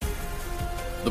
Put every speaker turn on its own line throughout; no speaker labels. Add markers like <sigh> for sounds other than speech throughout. The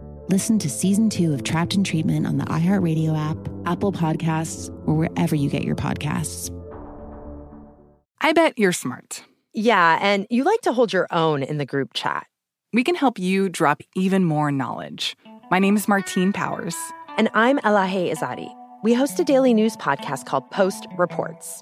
Listen to season two of Trapped in Treatment on the iHeartRadio app, Apple Podcasts, or wherever you get your podcasts.
I bet you're smart.
Yeah, and you like to hold your own in the group chat.
We can help you drop even more knowledge. My name is Martine Powers.
And I'm Elahe Izadi. We host a daily news podcast called Post Reports.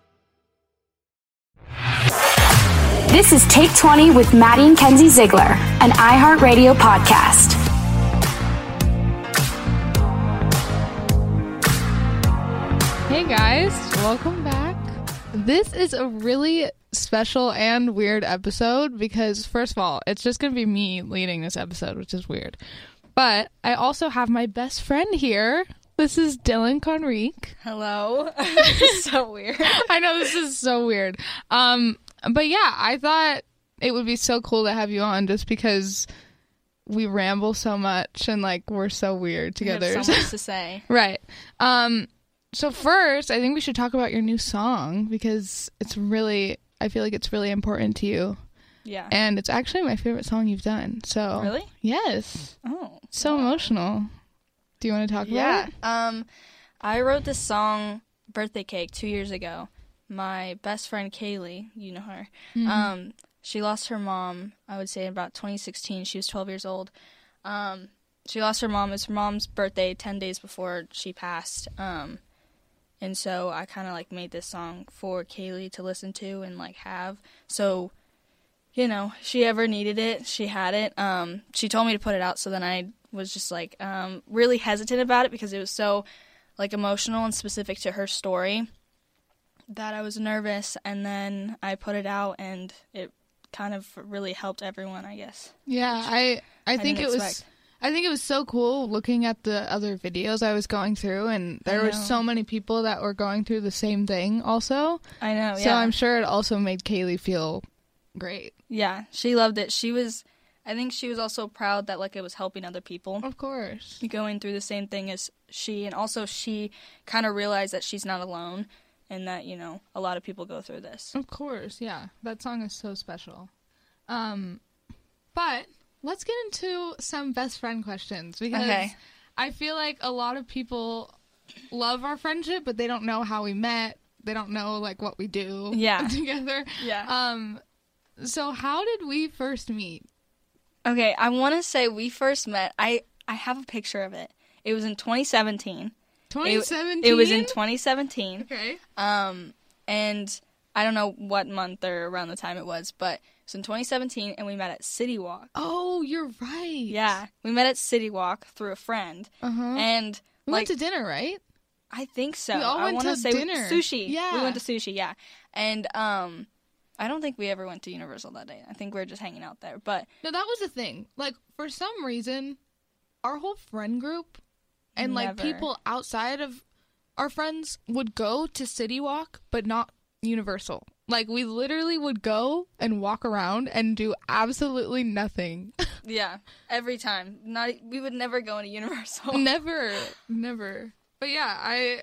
This is Take 20 with Maddie and Kenzie Ziegler, an iHeartRadio podcast.
Hey guys, welcome back. This is a really special and weird episode because, first of all, it's just going to be me leading this episode, which is weird. But I also have my best friend here. This is Dylan Conrique.
Hello. <laughs>
<laughs>
this is so weird.
I know this is so weird. Um, but yeah, I thought it would be so cool to have you on just because we ramble so much and like we're so weird
We have
together.
so
<laughs>
much to say.
right. Um so first, I think we should talk about your new song because it's really I feel like it's really important to you.
Yeah.
And it's actually my favorite song you've done. So
Really?
Yes.
Oh.
So emotional. Do you want to talk
Yeah.
about it?
Um, I wrote this song "Birthday Cake" two years ago. My best friend Kaylee, you know her.
Mhm.
Um, she lost her mom. I would say in about 2016. She was 12 years old. Um, she lost her mom. It was her mom's birthday, 10 days before she passed. Um, and so I kind of like made this song for Kaylee to listen to and like have. So, you know, if she ever needed it, she had it. Um, she told me to put it out, so then I was just like um, really hesitant about it because it was so like emotional and specific to her story that I was nervous. And then I put it out, and it kind of really helped everyone, I guess.
Yeah, I I,
I
think it
didn't
was
expect.
I think it was so cool looking at the other videos I was going through and there were
know.
so many people that were going through the same thing also.
I know.
so
yeah.
I'm sure it also made Kaylee feel great.
Yeah, she loved it. She was, I think she was also proud that like it was helping other people
Of course.
going through the same thing as she, and also she kind of realized that she's not alone, and that you know a lot of people go through this.
Of course, yeah. That song is so special. Um but let's get into some best friend questions because
Okay.
I feel like a lot of people love our friendship but they don't know how we met. They don't know like what we do
Yeah.
together.
Yeah.
Um so how did we first meet?
Okay, I want to say we first met. I I have a picture of it. It was in 2017. It-
2017?
It, was in 2017.
Okay.
Um, and I don't know what month or around the time it was, but it was in 2017, and we met at City Walk.
Oh, you're right.
Yeah, we met at City Walk through a friend,
Uh-huh.
and
We
like
went to dinner, right?
I think so.
We all
I
went
want to
to
say
dinner.
sushi.
Yeah.
we went to sushi. Yeah, and um, I don't think we ever went to Universal that day. I think we were just hanging out there. But
No, that was the thing. Like for some reason, our whole friend group and like
Never.
people outside of our friends would go to City Walk, but not Universal. Like we literally would go and walk around and do absolutely nothing.
yeah, every time, not we would never go into Universal.
never, never. But yeah, I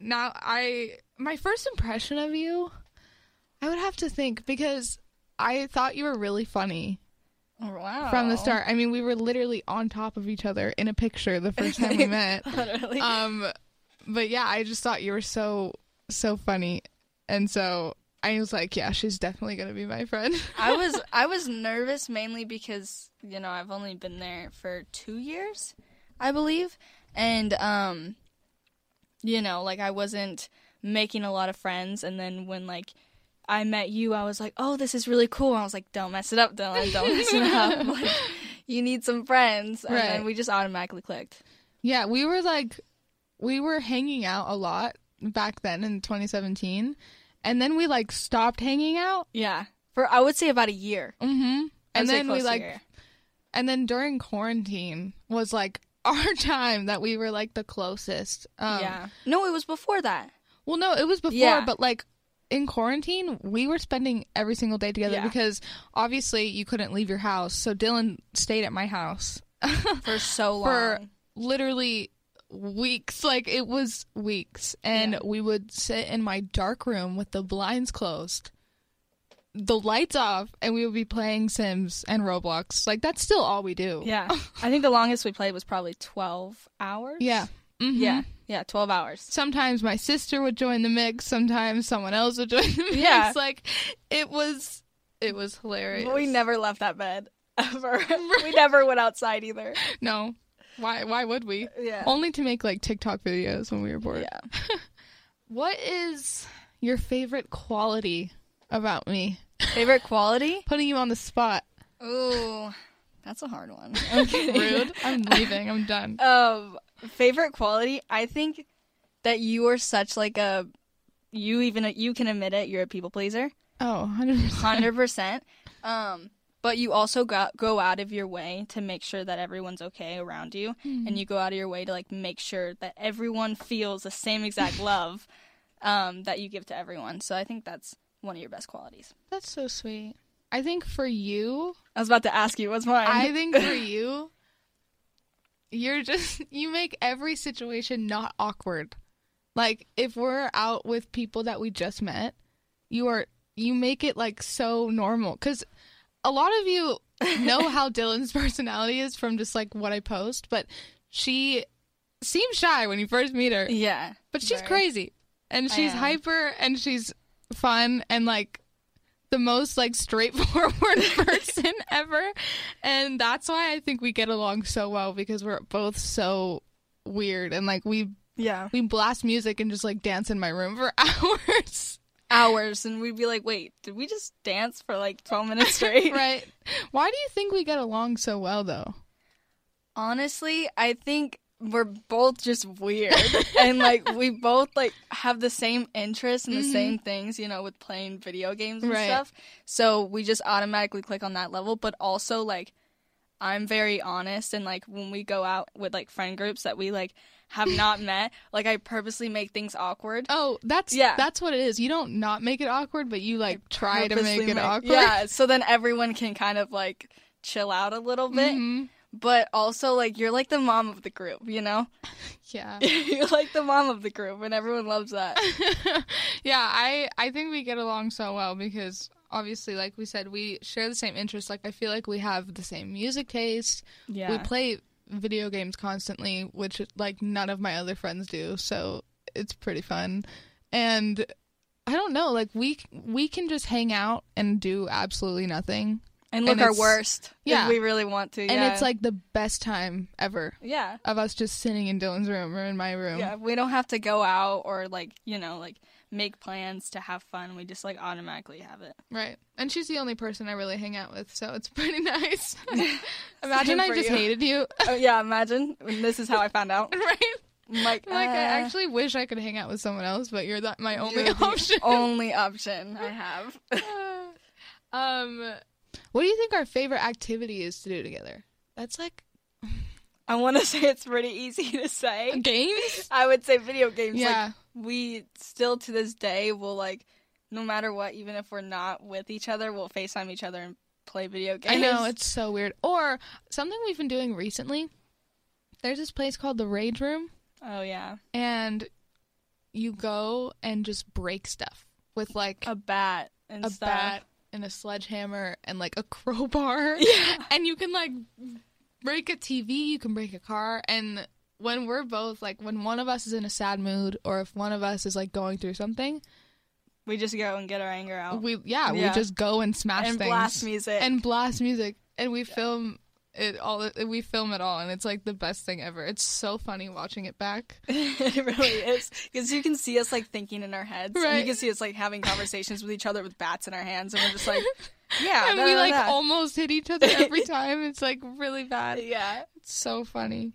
now I my first impression of you, I would have to think because I thought you were really funny.
Oh, wow.
from the start. I mean, we were literally on top of each other in a picture the first time we met.
Literally.
Um, but yeah, I just thought you were so so funny, and so I was like, yeah, she's definitely gonna be my friend.
I was I was nervous mainly because you know I've only been there for two years, I believe, and um, you know like I wasn't making a lot of friends, and then when like I met you, I was like, oh, this is really cool. I was like, don't mess it up, Dylan, don't mess it up. Like, you need some friends, and
Right.
then we just automatically clicked.
Yeah, we were like, we were hanging out a lot back then in 2017, and then we like stopped hanging out.
Yeah, for I would say about a year.
Mm-hmm.
I would
And
say
then we
close to a
like,
year.
and then during quarantine was like <laughs> our time that we were like the closest. Um,
yeah. No, it was before that.
Well, no, it was before,
Yeah.
but like in quarantine, we were spending every single day together
Yeah.
because obviously you couldn't leave your house. So Dylan stayed at my house
for so long.
<laughs> for literally weeks. Like it was weeks. And we would sit in my dark room with the blinds closed, the lights off, and we would be playing Sims and Roblox. Like that's still all we do.
Yeah. <laughs> I think the longest we played was probably 12 hours.
Yeah. Mhm.
Yeah. Yeah, 12 hours.
Sometimes my sister would join the mix, sometimes someone else would join the mix.
Yeah.
Like it was it was hilarious.
We never left that bed <laughs>
<laughs>
ever. we never went outside either.
No. Why why would we?
Yeah.
Only to make like TikTok videos when we were bored. Yeah. what is your favorite quality about me?
Favorite quality?
Putting you on the spot.
Ooh. That's a hard one. I'm kidding.
Rude. I'm leaving. I'm done.
Um, favorite quality? I think that you are such like a you even you can admit it, you're a people pleaser.
Oh, 100%.
hundred percent. Um, but you also go go out of your way to make sure that everyone's okay around you,
Mhm.
and you go out of your way to like make sure that everyone feels the same exact love um, that you give to everyone. So I think that's one of your best qualities.
That's so sweet. I think for you,
I was about to ask you what's mine.
I
<laughs>
think for you, you're just you make every situation not awkward. Like if we're out with people that we just met, you are you make it like so normal cuz a lot of you
<laughs>
know how Dylan's <laughs> personality is from just like what I post, but she seems shy when you first meet her.
Yeah.
But she's
very.
crazy and
I
she's
am.
hyper and she's fun and like the most like straightforward <laughs> person ever and that's why i think we get along so well because we're both so weird and like we
yeah
we blast music and just like dance in my room for <laughs> hours
hours, and we'd be like, wait, did we just dance for like
<laughs>
twelve minutes straight?
right why do you think we get along so well though
Honestly, I think we're both just
<laughs>
weird. and like we both like have the same interests and the
Mhm.
same things, you know, with playing video games and
Right.
stuff. So we just automatically click on that level, but also like I'm very honest and like when we go out with like friend groups that we like have
<laughs>
not met, like I purposely make things awkward.
oh that's
Yeah.
that's what it is you don't not make it awkward but you like try to
Purposely
make it awkward
Yeah, so then everyone can kind of like chill out a little bit.
Mhm.
But also like you're like the mom of the group, you know?
yeah
<laughs> You're like the mom of the group, and everyone loves that.
yeah i i think we get along so well because obviously like we said we share the same interests like i feel like we have the same music taste we
Yeah.
play video games constantly which like none of my other friends do so it's pretty fun and i don't know like we we can just hang out and do absolutely nothing
And look our
it's-
worst.
Yeah.
If we really want to. Yeah.
And it's like the best time ever.
Yeah.
Of us just sitting in Dylan's room or in my room.
Yeah, we don't have to go out or like, you know, like make plans to have fun. We just like automatically have it.
Right. And she's the only person I really hang out with, so it's <laughs>
<laughs>
pretty nice. Imagine I
for
just
you.
hated you.
Oh, yeah, imagine. And This is how I found out.
right.
Like,
Like,
uh,
I actually wish I could hang out with someone else, but you're that my only
you're the
option.
<laughs> only option I have.
um, what do you think our favorite activity is to do together? That's like
I want to <laughs> say it's pretty easy to say.
Games?
I would say video games.
Yeah.
Like, we still to this day will like, no matter what, even if we're not with each other, we'll FaceTime each other and play video games.
I know it's so weird. Or something we've been doing recently. There's this place called the Rage Room,
Oh, yeah.
and you go and just break stuff with like
A bat and
a
stuff.
bat and a sledgehammer and like a <laughs> crowbar. Yeah. And you can like break a TV, you can break a car. And when we're both like, when one of us is in a sad mood or if one of us is like going through something,
We just go and get our anger out.
we, yeah, we
Yeah.
just go and smash
And
things.
blast music.
And blast music. And we film it all, we film it all. And it's like the best thing ever. It's so funny watching it back.
<laughs> it really is because you can see us like thinking in our heads. And you
Right.
can see us like having conversations with each other with bats in our hands, and we're just
<laughs>
like, yeah,
and
da,
we
da,
like
da.
almost hit each other
<laughs>
every time. It's like really bad.
Yeah.
It's so funny.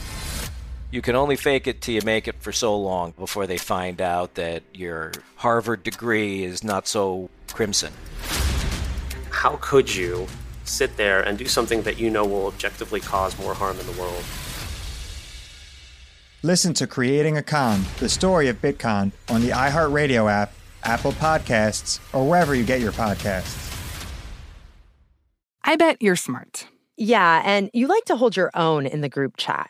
You can only fake it till you make it for so long before they find out that your Harvard degree is not so crimson.
how could you sit there and do something that you know will objectively cause more harm in the world?
Listen to Creating a Con, the story of Bitcoin, on the iHeartRadio app, Apple Podcasts, or wherever you get your podcasts.
I bet you're smart.
Yeah, and you like to hold your own in the group chat.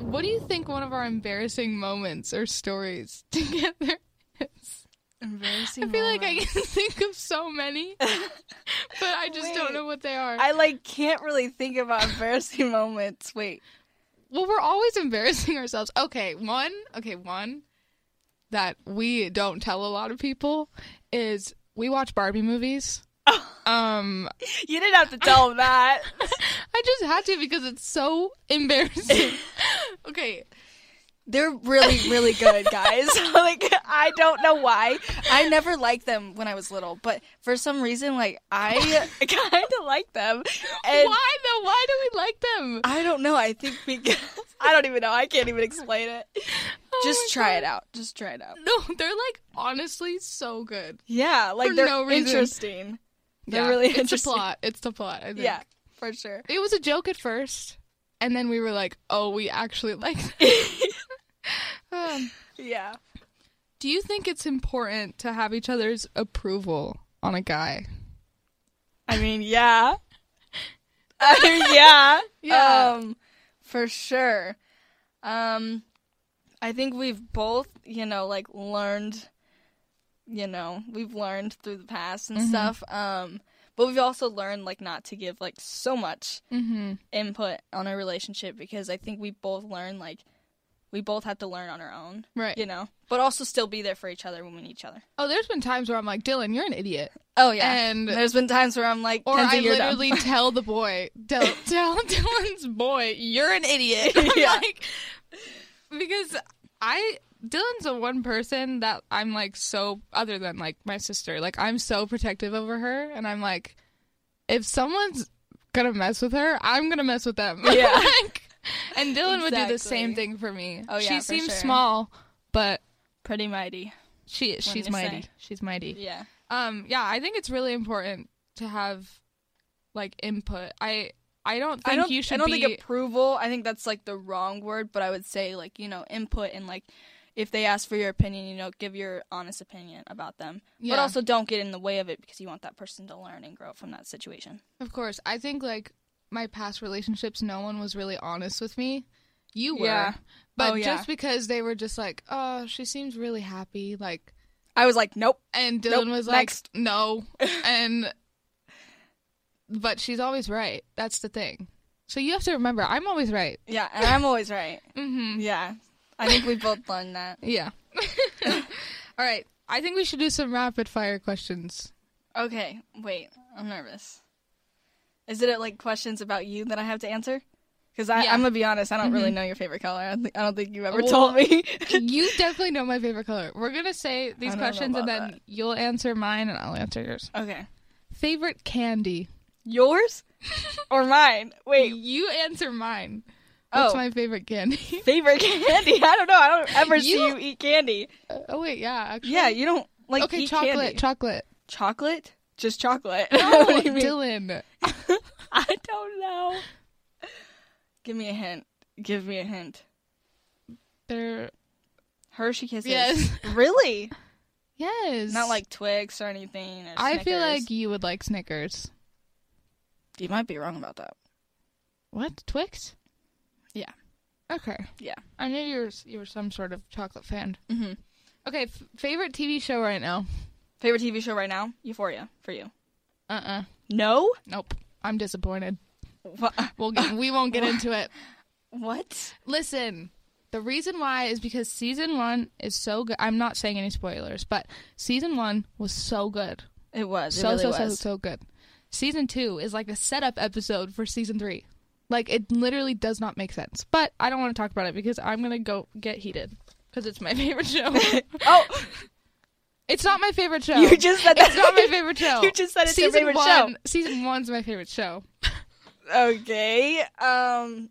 What do you think one of our embarrassing moments or stories together is?
Embarrassing
I feel like I can think of so many, but I just don't know what they are.
I like can't really think about embarrassing moments. Wait.
Well, we're always embarrassing ourselves. Okay, one. Okay, one that we don't tell a lot of people is we watch Barbie movies.
<laughs>
um,
you didn't have to tell them that.
<laughs> I just had to because it's so embarrassing.
<laughs>
okay.
They're really, really good,
<laughs>
guys. <laughs> like, I don't know why. I never liked them when I was little, but for some reason, like,
<laughs>
I <laughs> kind of like them. And
Why though? Why do we like them?
I don't know. I think because <laughs> I don't even know. I can't even explain it. Just try it out. Just try it out.
Oh No, they're like honestly so good.
Yeah, Uh, like
For
they're
no reason.
interesting. They're
Yeah,
really
it's
interesting.
the plot. It's the plot. I think.
Yeah, for sure.
It was a joke at first, and then we were like, "Oh, we actually like." um,
yeah.
Do you think it's important to have each other's approval on a guy?
I mean, yeah. I mean, yeah.
Yeah.
Um, for sure. Um, I think we've both, you know, like learned, you know, we've learned through the past and
Mhm.
stuff. Um, but we've also learned like not to give like so much
Mhm.
input on a relationship because I think we both learn like we both have to learn on our own,
Right.
You know, but also still be there for each other when we need each other.
Oh, there's been times where I'm like, Dylan, you're an idiot.
Oh yeah.
And
there's been times where I'm like,
Or
Kenzie,
I
you're dumb.
literally tell the boy,
<laughs>
tell, tell Dylan's boy, you're an idiot. I'm
Yeah.
like, because I, Dylan's the one person that I'm like so, other than like my sister, like I'm so protective over her. And I'm like, if someone's gonna mess with her, I'm gonna mess with <laughs> them.
Yeah.
Like, and Dylan would do the same
Exactly.
thing for me.
Oh, yeah,
She
for
seems
sure.
small, but
pretty mighty.
She
Wouldn't
she's
you say?
mighty. She's mighty.
Yeah.
Um yeah, I think it's really important to have like input. I I don't think
I don't.
you should
I don't
be
think approval. I think that's like the wrong word, but I would say like you know input and like if they ask for your opinion, you know, give your honest opinion about them.
Yeah.
But also don't get in the way of it because you want that person to learn and grow from that situation.
Of course. I think like my past relationships no one was really honest with me. You were.
Yeah.
But
Oh, yeah.
just because they were just like, "Oh, she seems really happy." Like
I was like, nope.
And
Nope.
Dylan was like,
Next.
"No." and but she's always right. That's the thing. So you have to remember, I'm always right.
Yeah, and I'm always right.
mm-hmm.
Yeah, I think we both learned that.
<laughs> Yeah. All right. I think we should do some rapid fire questions.
Okay, wait. I'm nervous. Is it like questions about you that I have to answer? Because I'm
Yeah.
gonna be honest, I don't really
Mhm.
know your favorite color. I don't, think I don't think you've ever
Well,
told
<laughs>
me.
you definitely know my favorite color. We're going to say
I
these
don't know
questions and
about
then you'll answer mine and I'll answer yours.
Okay.
Favorite candy? <laughs>
Yours or mine? Wait.
You answer mine. What's
Oh.
my favorite candy? <laughs>
favorite candy? <laughs> I don't know. I don't ever see
You-
you eat candy.
oh wait, yeah, actually.
Yeah, you don't like
okay,
eat
chocolate,
candy.
chocolate.
chocolate? Just chocolate.
No,
<laughs> What do you mean?
Dylan.
<laughs> I don't know. Give me a hint. Give me a hint.
They're
Hershey Kisses.
Yes.
<laughs> Really?
Yes.
Not like Twix or anything. Or
I feel
Snickers.
like you would like Snickers.
you might be wrong about that.
What? Twix?
Yeah.
Okay.
Yeah.
I knew you were you were some sort of chocolate fan.
Mm-hmm.
Okay, f- favorite TV show right now?
Favorite TV show right now? Euphoria for you.
Uh uh
No.
Nope. I'm disappointed. We'll get, we won't get into it.
What?
Listen, the reason why is because season one is so good. I'm not saying any spoilers, but season one was so good.
It was. It
so
really
so so
was.
so good. Season two is like a setup episode for season three. Like it literally does not make sense. But I don't want to
<laughs>
talk <laughs> about it because I'm gonna go get heated because it's my favorite show.
oh,
It's not my favorite show.
You just said that- <laughs>
it's not my favorite show.
You just said it's your
season
favorite
one,
show.
Season one's my favorite show.
Okay.
Um,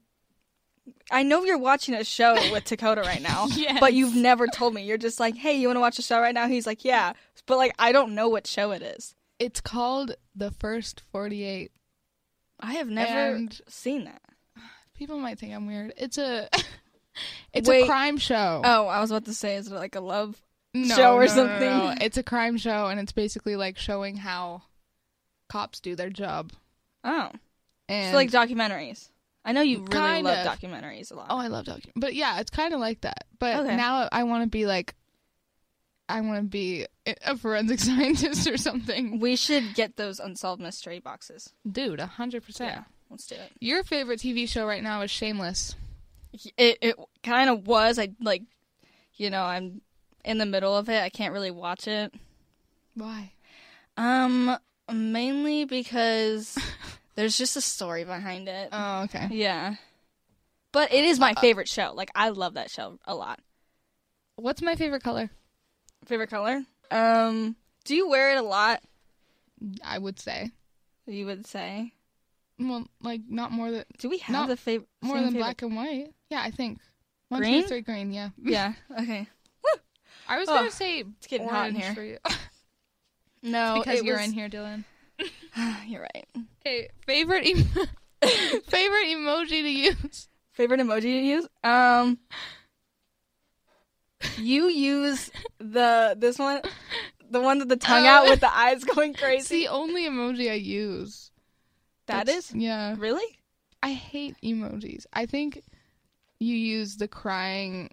I know you're watching a show with Dakota right now,
<laughs> Yes.
but you've never told me. You're just like, hey, you want to watch a show right now? He's like, yeah, but like, I don't know what show it is.
It's called The First 48.
I have never
And-
seen that.
People might think I'm weird. It's a <laughs> it's
Wait.
a crime show.
Oh, I was about to say, is it like a love
No,
show or
no, no, no,
something?
no. It's a crime show and it's basically like showing how cops do their job.
Oh,
And
so like documentaries. I know you really
Kind
love
of.
documentaries a lot.
Oh, I love docu. But yeah, it's kind of like that. But
Okay.
now I want to be like, I want to be a forensic <laughs> scientist or something.
We should get those unsolved mystery boxes.
Dude, a hundred
Yeah,
percent.
let's do it.
Your favorite TV show right now is Shameless.
It it kind of was. I like, you know, I'm in the middle of it. I can't really watch it.
Why?
Um, mainly
<laughs>
because there's just a story behind it.
Oh, okay. Uh,
Yeah, but it is my favorite show. Like, I love that show a lot.
What's my favorite color?
Favorite color? Um, do you wear it a lot?
I would say.
You would say.
Well, like not more than.
Do we have
not
the fav-
more
same
than
favorite-
black and white? Yeah, I think. One, two,
Green?
three, <laughs> green. Yeah.
Yeah. Okay.
I was
Oh,
gonna say
it's getting hot in
orange
here.
for you.
<laughs> No,
<laughs> because
it
you're
was-
in here, Dylan.
<sighs> You're right.
Okay, favorite em- <laughs> favorite emoji to use.
Favorite emoji you use? Um, you use the this one, the one with the tongue out with the eyes going
Oh. <laughs> It's
crazy.
the only emoji I use.
That
That's-
is?
Yeah.
Really?
I hate emojis. I think you use the crying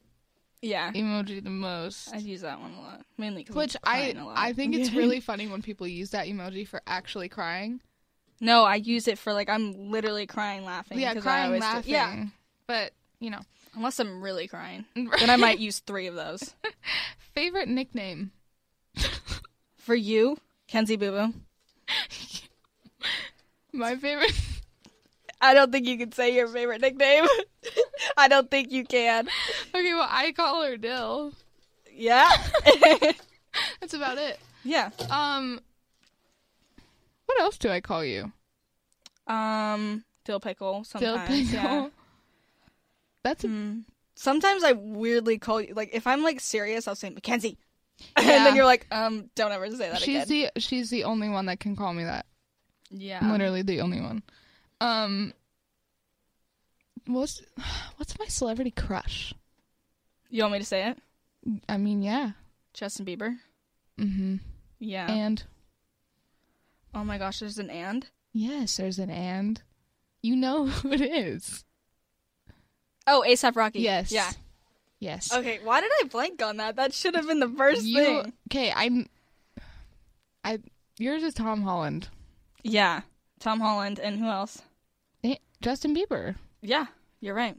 Yeah,
emoji the most.
I use that one a lot, mainly because
Which I I think
<laughs>
it's really funny when people use that emoji for actually crying.
no, Oh, I use it for like I'm literally crying laughing.
yeah,
'cause I
crying
always do-
laughing.
Yeah,
But, you know,
unless I'm really
<laughs>
crying, then I might use three of those
favorite nickname.
for you, Kenzie Boo Boo.
My favorite
I don't think you can say your favorite nickname. I don't think you can.
Okay, well, I call her Dill.
Yeah.
That's about it.
Yeah.
Um What else do I call you?
Um, dill pickle
Dill
sometimes.
pickle.
Yeah. Hmm.
That's a
Sometimes I weirdly call you like if I'm like serious, I'll say Mackenzie, <laughs> and
Yeah.
then you're like, um, don't ever say that
she's
again.
the she's the only one that can call me that.
Yeah.
Literally the only one. Um What's what's my celebrity crush?
You want me to say it?
I mean, yeah.
Justin Bieber.
Mhm.
Yeah.
And
oh my gosh, there's an and.
yes, there's an and. You know <laughs> who it is.
Oh, ASAP Rocky.
Yes.
Yeah.
Yes.
Okay. Why did I blank on that? That should have been the first
You
thing.
okay, I'm I yours is Tom Holland.
Yeah. Tom Holland and who else?
Eh, Justin Bieber.
Yeah. You're right.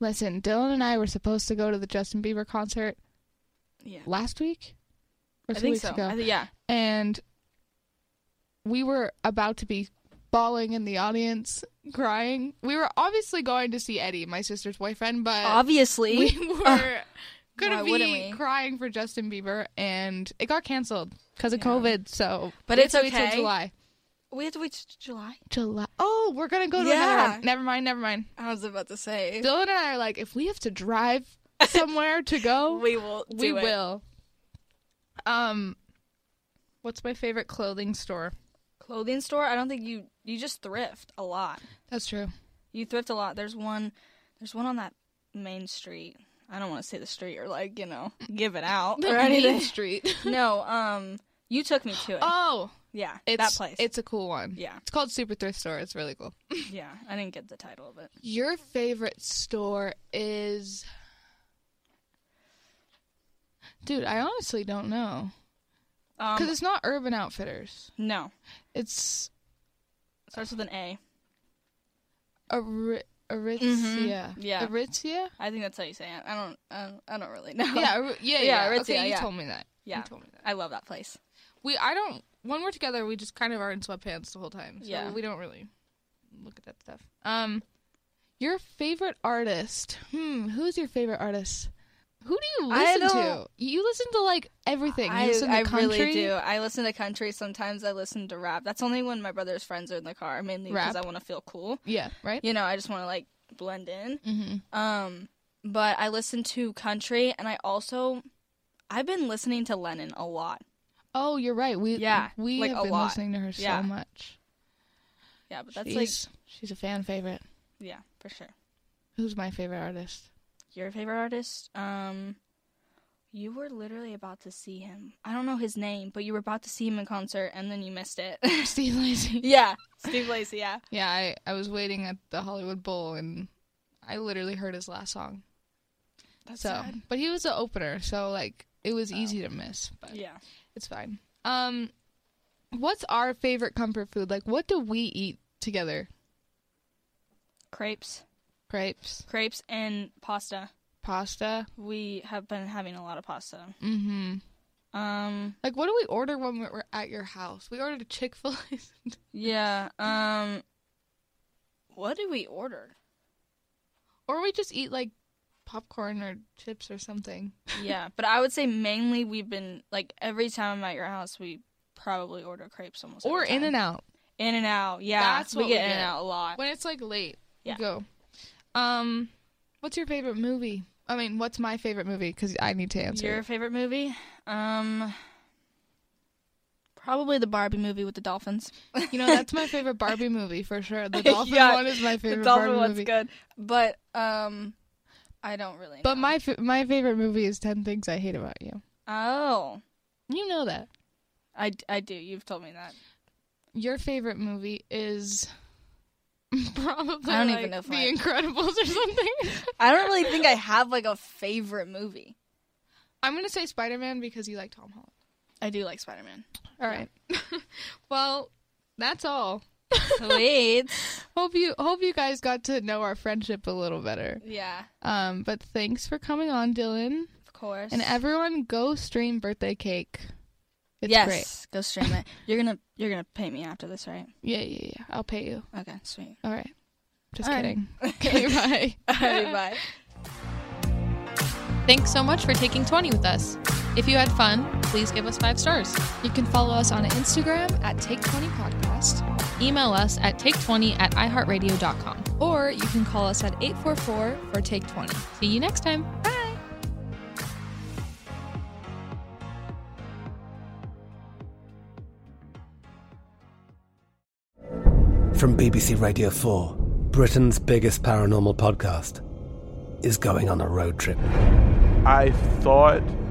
Listen, Dylan and I were supposed to go to the Justin Bieber concert
Yeah.
last week or
I
two
think
weeks
so.
ago.
I thi- yeah.
And we were about to be bawling in the audience, crying. We were obviously going to see Eddie, my sister's boyfriend, but
Obviously. <laughs>
we were
why
gonna
wouldn't
be
we?
crying for Justin Bieber, and it got canceled because of COVID. So,
But
we
it's
have to wait till
okay.
July.
We have to wait till July.
July. Oh, we're gonna go to another
Yeah.
one. Never mind. Never mind.
I was about to say.
Dylan and I are like, if we have to drive somewhere to go,
we will.
we
do it.
will. Um, what's my favorite clothing store?
Clothing store. I don't think you. You just thrift a lot.
That's true.
You thrift a lot. There's one. There's one on that main street. I don't want to say the street or like you know give it out
The
or
main
anything.
street.
<laughs> no. Um. You took me to it.
Oh,
yeah.
it's
that place.
It's a cool one.
Yeah.
it's called Super Thrift Store. It's really cool. <laughs>
yeah. I didn't get the title of it.
Your favorite store is, dude. I honestly don't know because
Um.
it's not Urban Outfitters.
No.
It's
Starts with an A.
Ari- Aritzia.
Mhm, yeah.
Aritzia.
I think that's how you say it. I don't. I don't, I don't really know.
Yeah, Ari- yeah, yeah.
Aritzia,
Okay, you
yeah.
told me that. You
Yeah.
told me that.
I love that place.
We I don't when we're together we just kind of are in sweatpants the whole time. So
Yeah.
we don't really look at that stuff. Um your favorite artist. Hmm, who's your favorite artist?
Who do you
I
listen to?
don't-
You listen to like everything. You
I,
listen to
I
country.
really do. I listen to country. Sometimes I listen to rap. That's only when my brother's friends are in the car, mainly because I
Rap.
want to feel cool.
Yeah, right.
You know, I just want to like blend in.
Mhm.
Um, but I listen to country, and I also I've been listening to Lennon a lot.
Oh, you're right. We
Yeah,
we
like,
have
a
been
lot.
listening to her so
Yeah.
much.
Yeah, but that's
she's, she's a fan favorite.
like yeah, for sure.
Who's my favorite artist?
Your favorite artist? Um, you were literally about to see him. I don't know his name, but you were about to see him in concert, and then you missed it.
Steve Lacy.
yeah, Steve Lacy. Yeah.
Yeah, I, I was waiting at the Hollywood Bowl and I literally heard his last song.
That's
so,
sad.
but he was an opener, so like it was easy to miss, but
Yeah.
it's fine. Um, what's our favorite comfort food? Like, what do we eat together?
Crepes.
Crepes,
crepes, and pasta.
pasta.
We have been having a lot of pasta.
Mm-hmm.
Um,
like what do we order when we're at your house? We ordered a Chick Fil A.
Yeah. Um, what did we order?
or we just eat like popcorn or chips or something.
Yeah, but I would say mainly we've been like every time I'm at your house, we probably order crepes almost.
or
every time.
In and Out.
In and out. Yeah,
That's
we
what
get In and out a lot.
When it's like late,
Yeah.
we go. Um, what's your favorite movie? I mean, what's my favorite movie? Because I need to answer.
Your
it.
favorite movie? Um, probably the Barbie movie with the dolphins.
You know, that's my favorite Barbie movie for sure. The dolphin
<laughs> Yeah,
one is my favorite
The dolphin
Barbie
one's
movie.
good, but um, I don't really.
But my fa- my favorite movie is Ten Things I Hate About You.
Oh,
You know that.
I, I do. You've told me that.
Your favorite movie is probably
I don't
like,
even know if
The
I-
Incredibles or something.
I don't really think I have like a favorite movie.
I'm gonna say Spider Man because you like Tom Holland.
I do like Spider Man.
All right. well, that's all.
Sweet.
hope you hope you guys got to know our friendship a little better.
Yeah,
Um, but thanks for coming on, Dylan.
of course.
And everyone, go stream birthday cake. It's
yes,
great.
go stream
<laughs>
it. You're gonna you're gonna pay me after this, right?
Yeah, yeah, yeah. I'll pay you.
Okay, sweet.
All right. Just
All right.
kidding.
<laughs>
<laughs>
Okay, bye.
Alright, bye.
Thanks so much for taking 20 with us. If you had fun, please give us five stars. You can follow us on Instagram at Take20Podcast, email us at Take20 at iHeartRadio.com, or you can call us at 844 for Take 20. See you next time. Bye.
From BBC Radio 4, Britain's biggest paranormal podcast is going on a road trip.
I thought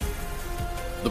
The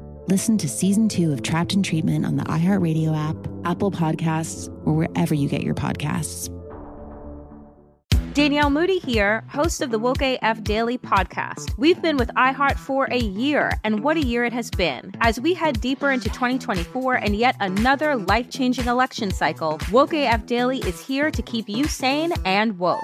Listen to season two of Trapped in Treatment on the iHeartRadio app, Apple Podcasts, or wherever you get your podcasts.
Danielle Moody here, host of the Woke AF Daily podcast. We've been with iHeart for a year, and what a year it has been. As we head deeper into 2024 and yet another life changing election cycle, Woke AF Daily is here to keep you sane and woke.